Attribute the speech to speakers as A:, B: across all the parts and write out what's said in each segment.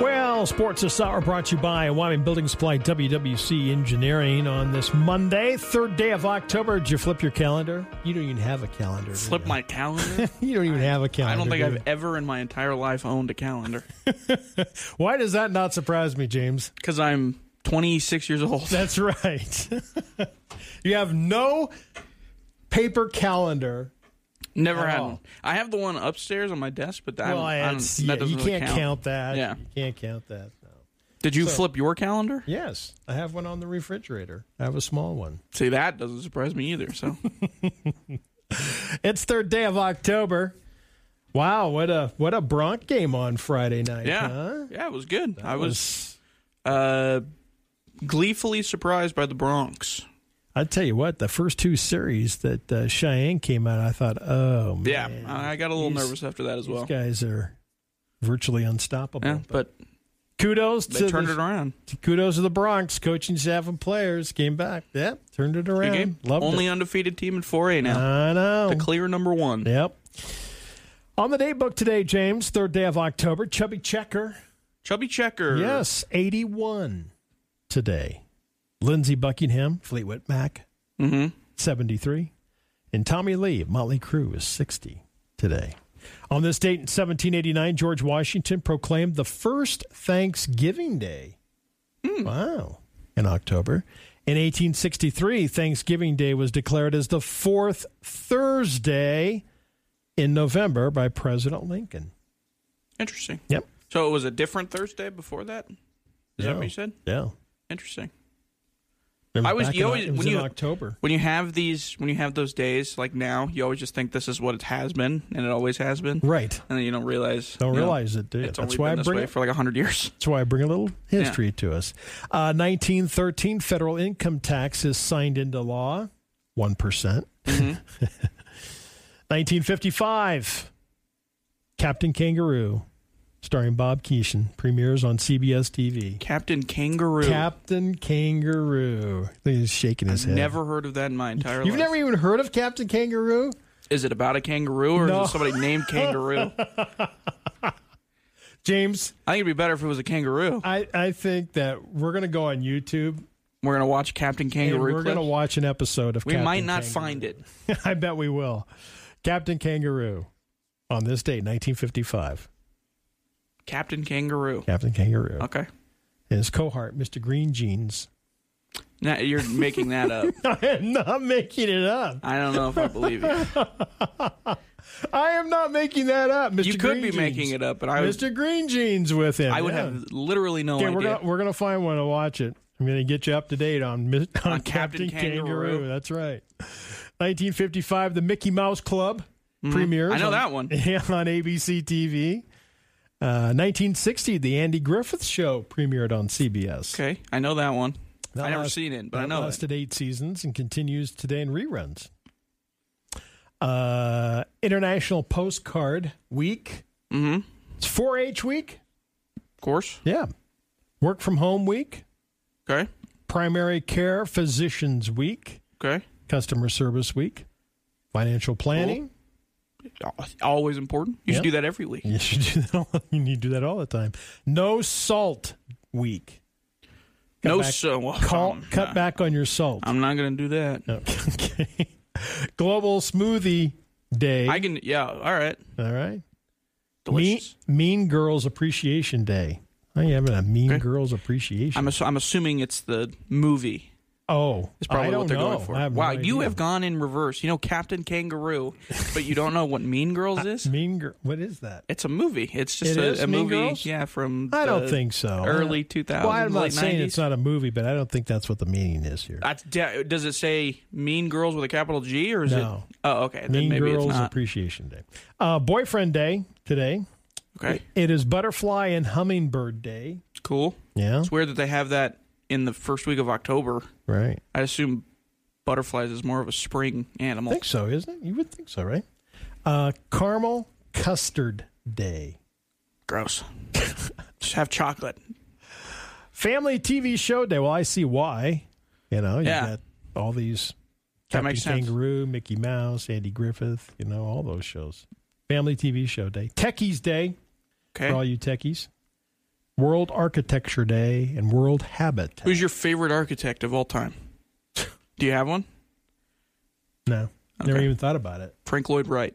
A: Well, Sports this hour brought to you by Wyoming Building Supply WWC Engineering on this Monday, third day of October. Did you flip your calendar? You don't even have a calendar. do
B: Flip
A: you?
B: my calendar.
A: You don't even have a calendar.
B: I don't think
A: do
B: I've ever in my entire life owned a calendar
A: you? Why does that not surprise me, James?
B: because I'm 26 years old.
A: That's right. you have no paper calendar.
B: Never
A: At
B: had
A: all.
B: one. I have the one upstairs on my desk, but that,
A: Oh. Well,
B: I don't,
A: it's-
B: that
A: yeah,
B: doesn't
A: you
B: really
A: can't count. that.
B: Yeah.
A: You can't count that. No.
B: Did you flip your calendar?
A: Yes, I have one on the refrigerator. I have a small one.
B: See, that doesn't surprise me either. So
A: It's third day of October. Wow, what a what a Bronc game on Friday night.
B: yeah,
A: huh?
B: yeah, it was good. I was uh, gleefully surprised by the Bronx.
A: I tell you what, the first two series that uh, Cheyenne came out, I thought, oh man,
B: Yeah, I I got a little
A: He's-
B: nervous after that as
A: these
B: well.
A: guys are virtually unstoppable.
B: Yeah, but
A: kudos
B: they
A: to
B: turned
A: the,
B: it around.
A: kudos to the Bronx coaching staff and players came back. Yep, turned it
B: Good
A: around.
B: game.
A: Loved
B: Only
A: it.
B: undefeated team in 4A now.
A: I know.
B: the clear number one.
A: Yep. On the day book today, James, third day of October, Chubby Checker.
B: Chubby Checker.
A: Yes, 81 today. Lindsey Buckingham, Fleetwood Mac,
B: Mm-hmm.
A: 73. And Tommy Lee, of Motley Crue, is 60 today. On this date in 1789, George Washington proclaimed the first Thanksgiving Day.
B: Hmm.
A: Wow. In October. In 1863, Thanksgiving Day was declared as the fourth Thursday in November by President Lincoln.
B: Interesting.
A: Yep.
B: So it was a different Thursday before that. Is that
A: Yeah.
B: what you said?
A: Yeah.
B: Interesting.
A: It
B: I was-
A: back
B: you
A: in-
B: always-
A: it was
B: when
A: in
B: you-
A: October.
B: When you have these, when you have those days like now, you always just think this is what it has been, and it always has been,
A: Right.
B: and then you don't realize.
A: Don't
B: you know,
A: realize it, do you?
B: It's only
A: That's why I
B: been this
A: bring
B: way
A: it-
B: for like hundred years.
A: That's why I bring a little history to us. Uh, 1913 federal income tax is signed into law, 1%. percent
B: Mm-hmm.
A: 1955, Captain Kangaroo, starring Bob Keeshan, premieres on CBS TV.
B: Captain Kangaroo.
A: Captain Kangaroo. I think He's shaking his head.
B: Never heard of that in my entire
A: You've
B: life.
A: never even heard of Captain Kangaroo?
B: Is it about a kangaroo or
A: No.
B: is it somebody named kangaroo? I
A: James,
B: think it'd be better if it was a kangaroo.
A: I, I think that we're going to go on YouTube
B: We're gonna watch Captain
A: and
B: Kangaroo.
A: we're
B: clip.
A: going to watch an episode of
B: we
A: Captain
B: might not
A: Kangaroo.
B: find it.
A: I bet we will. Captain Kangaroo on this date, 1955.
B: Captain Kangaroo.
A: Captain Kangaroo
B: Okay.
A: and his cohort, Mr. Green Jeans.
B: Now, you're making that up.
A: I am not making it up.
B: I don't know if I believe you.
A: I am not making that up. Mr.
B: You could
A: Green
B: be
A: Jeans.
B: making it up, but I was.
A: Mr. Green Jeans with him.
B: I would
A: yeah.
B: have literally no
A: Okay,
B: idea.
A: we're gonna we're gonna find one to watch it. I'm gonna get you up to date on Mis- on,
B: On Captain Kangaroo.
A: That's right. 1955, the Mickey Mouse Club premieres.
B: Mm-hmm. I know
A: on-
B: that one.
A: Yeah, on ABC TV. Uh, 1960, the Andy Griffith Show premiered on CBS.
B: Okay, I know that one.
A: That
B: I never
A: last-
B: seen it, but
A: that
B: I know it.
A: lasted eight seasons and continues today in reruns. Uh, International Postcard Week.
B: Mm-hmm. Of
A: It's 4-H Week.
B: course.
A: Yeah, Work from Home Week.
B: Okay.
A: Primary Care Physicians Week,
B: Okay.
A: Customer Service Week, Financial Planning.
B: Al- Always important. You should
A: Yeah.
B: do that every week.
A: You should do that. All, you need to do that all the time. No Salt Week. Cut
B: no,
A: back-
B: so well,
A: Call,
B: um,
A: cut
B: uh,
A: back on your salt.
B: I'm not gonna do that.
A: Okay. Global Smoothie Day.
B: I can. Yeah. All right.
A: all right. Mean,
B: Delicious.
A: mean Girls Appreciation Day. I am having a Mean Girls Appreciation.
B: I'm. Ass- I'm assuming it's the movie.
A: oh,
B: It's probably
A: I don't
B: what they're
A: know.
B: going for.
A: I have no
B: wow, you
A: idea.
B: have gone in reverse. You know Captain Kangaroo, but you don't know what Mean Girls is.
A: Mean Girl. What is that?
B: It's a movie. It's just
A: It
B: a,
A: is
B: a
A: Mean
B: movie.
A: Girls?
B: Yeah, from
A: I don't
B: the
A: think so.
B: Early
A: I-
B: 2000s.
A: Oh. Well, I'm not
B: late Uh,
A: saying
B: 90s.
A: it's not a movie, but I don't think that's what the meaning is here.
B: That's de- does it say Mean Girls with a capital G or is
A: No.
B: it? Oh, okay. then
A: mean
B: maybe
A: Girls
B: it's not.
A: Appreciation Day, uh, Boyfriend Day today.
B: okay,
A: It is Butterfly and Hummingbird Day.
B: cool.
A: Yeah,
B: It's weird that they have that in the first week of October.
A: right.
B: I assume butterflies is more of a spring
A: I
B: animal.
A: think so, isn't it? You would think so, right? Uh, Caramel Custard Day.
B: Gross. Just have chocolate.
A: Family TV Show Day. Well, I see why. You know, you
B: Yeah.
A: got all these
B: That
A: Captain
B: makes sense.
A: Kangaroo, Mickey Mouse, Andy Griffith. You know, all those shows. Family TV Show Day. Techies Day.
B: Okay.
A: for all you techies. World Architecture Day, and World Habitat.
B: Who's your favorite architect of all time? Do you have one?
A: no, never
B: Okay.
A: even thought about it.
B: Frank Lloyd Wright.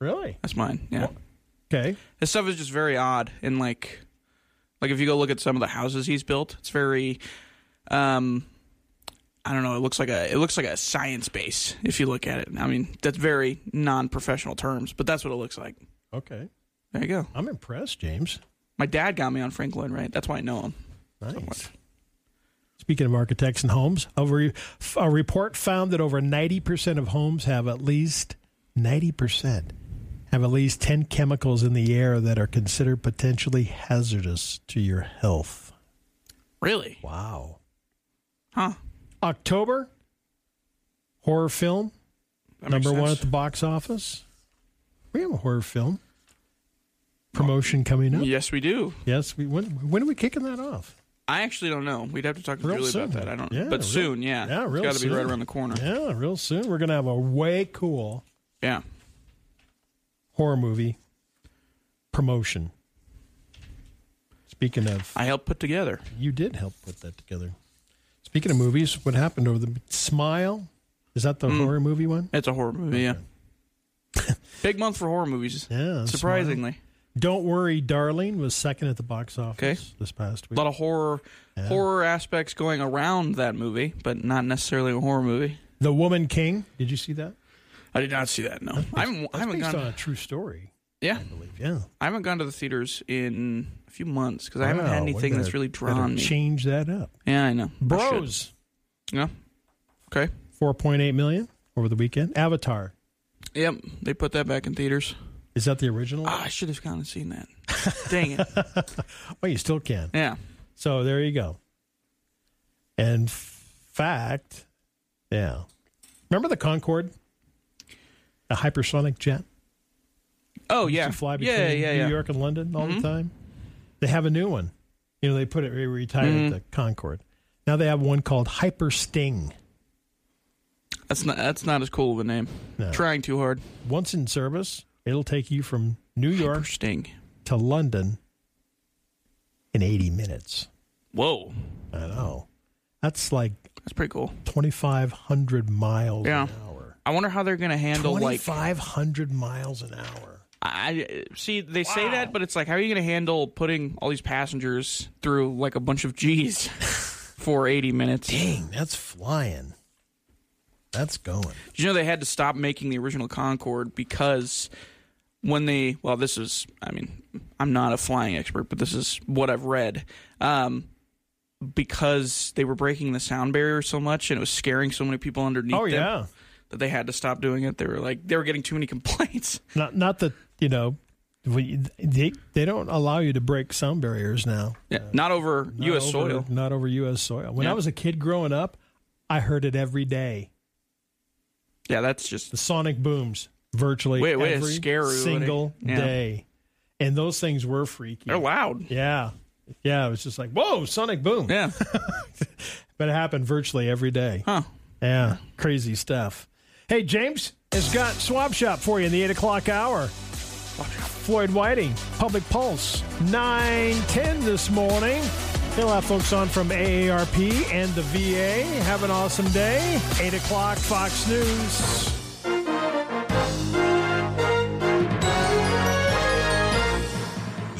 A: Really?
B: That's mine. Yeah.
A: Okay.
B: His stuff is just very odd and like like if you go look at some of the houses he's built, it's very um I don't know, it looks like a it looks like a science base if you look at it. I mean, that's very non-professional terms, but that's what it looks like.
A: Okay.
B: There you go.
A: I'm impressed, James.
B: My dad got me on Frank Lloyd Wright. That's why I know him.
A: Nice.
B: much.
A: Speaking of architects and homes, a, re- a report found that over 90% of homes have at least 90% have at least 10 chemicals in the air that are considered potentially hazardous to your health.
B: Really?
A: Wow.
B: Huh.
A: October horror film
B: That makes
A: number 1 at
B: sense. Oh.
A: the box office. We have a horror film promotion coming up.
B: Yes, we do.
A: Yes, we when, when are we kicking that off?
B: I actually don't know. We'd have to talk to
A: Real
B: Julie
A: soon.
B: about that. I don't.
A: Yeah,
B: but
A: real-
B: soon, yeah.
A: yeah, real
B: It's got to be
A: soon.
B: right around the corner. Yeah.
A: Yeah, real soon we're going to have a way cool horror movie promotion. Speaking of,
B: I helped put together.
A: you did help put that together. Speaking of movies, what happened over the Smile? Is that
B: Mm.
A: the horror movie one?
B: It's a horror movie. Yeah. Big month for horror movies.
A: Yeah,
B: Surprisingly,
A: Don't worry, darling was second at the box office
B: Okay.
A: this past
B: a
A: week.
B: lot of horror horror aspects going around that movie, but not necessarily a horror movie.
A: The Woman King. Did you see that?
B: I did not see that. No, I haven't. I
A: That's
B: haven't
A: based
B: gone.
A: on a true story,
B: yeah,
A: I believe. Yeah,
B: I haven't gone to the theaters in a few months because I haven't had
A: Wow, we
B: anything that's
A: better-
B: really
A: better
B: drawn me.
A: Change that up,
B: Yeah, I know. I should.
A: Bros.
B: Yeah. Okay.
A: Four point eight million over the weekend. Avatar.
B: Yep. They put that back in theaters.
A: Is that the original?
B: Ah, I should have gone and seen that. Dang it.
A: Oh, you still can.
B: Yeah.
A: So there you go. And f- fact, yeah. Remember the Concorde? A hypersonic jet?
B: Oh
A: Used
B: yeah.
A: to fly between
B: yeah, yeah, Mm-hmm. yeah.
A: New York and London all the time. They have a new one. You know, they put it, they retired
B: Mm-hmm.
A: the Concorde. Now they have one called Hyper Sting.
B: That's not that's not as cool of a name.
A: No.
B: Trying too hard.
A: Once in service, it'll take you from New York
B: Sting.
A: to London in 80 minutes.
B: Whoa.
A: I know. That's like
B: That's pretty cool.
A: 2,500 miles
B: Yeah.
A: an hour.
B: I wonder how they're gonna handle like
A: 2,500 miles an hour.
B: I see they say that, but it's like how are you gonna handle putting all these passengers through like a bunch of G's for eighty minutes? Did
A: Dang, that's flying. That's going.
B: you know they had to stop making the original Concorde because when they well this is I mean I'm not a flying expert, but this is what I've read. Um because they were breaking the sound barrier so much and it was scaring so many people underneath
A: Oh
B: them.
A: yeah.
B: that they had to stop doing it. They were like they were getting too many complaints.
A: Not not that you know we- they they don't allow you to break sound barriers now.
B: Not over
A: Not
B: U.S.
A: over-
B: soil.
A: Not over U.S. soil. When
B: Yeah.
A: I was a kid growing up, I heard it every day.
B: Yeah, that's just
A: The sonic booms virtually
B: Wait, wait,
A: every
B: scary, wouldn't it?
A: single
B: Yeah. Oh,
A: day, and those things were freaky.
B: they're loud.
A: Yeah, yeah. It was just like whoa, sonic boom.
B: Yeah,
A: But it happened virtually every day.
B: huh?
A: Yeah, crazy stuff. Hey, James has got Swap Shop for you in the 8 o'clock hour. Floyd Whiting, Public Pulse, 910 this morning. He'll have folks on from AARP and the VA. Have an awesome day. 8 o'clock, Fox News.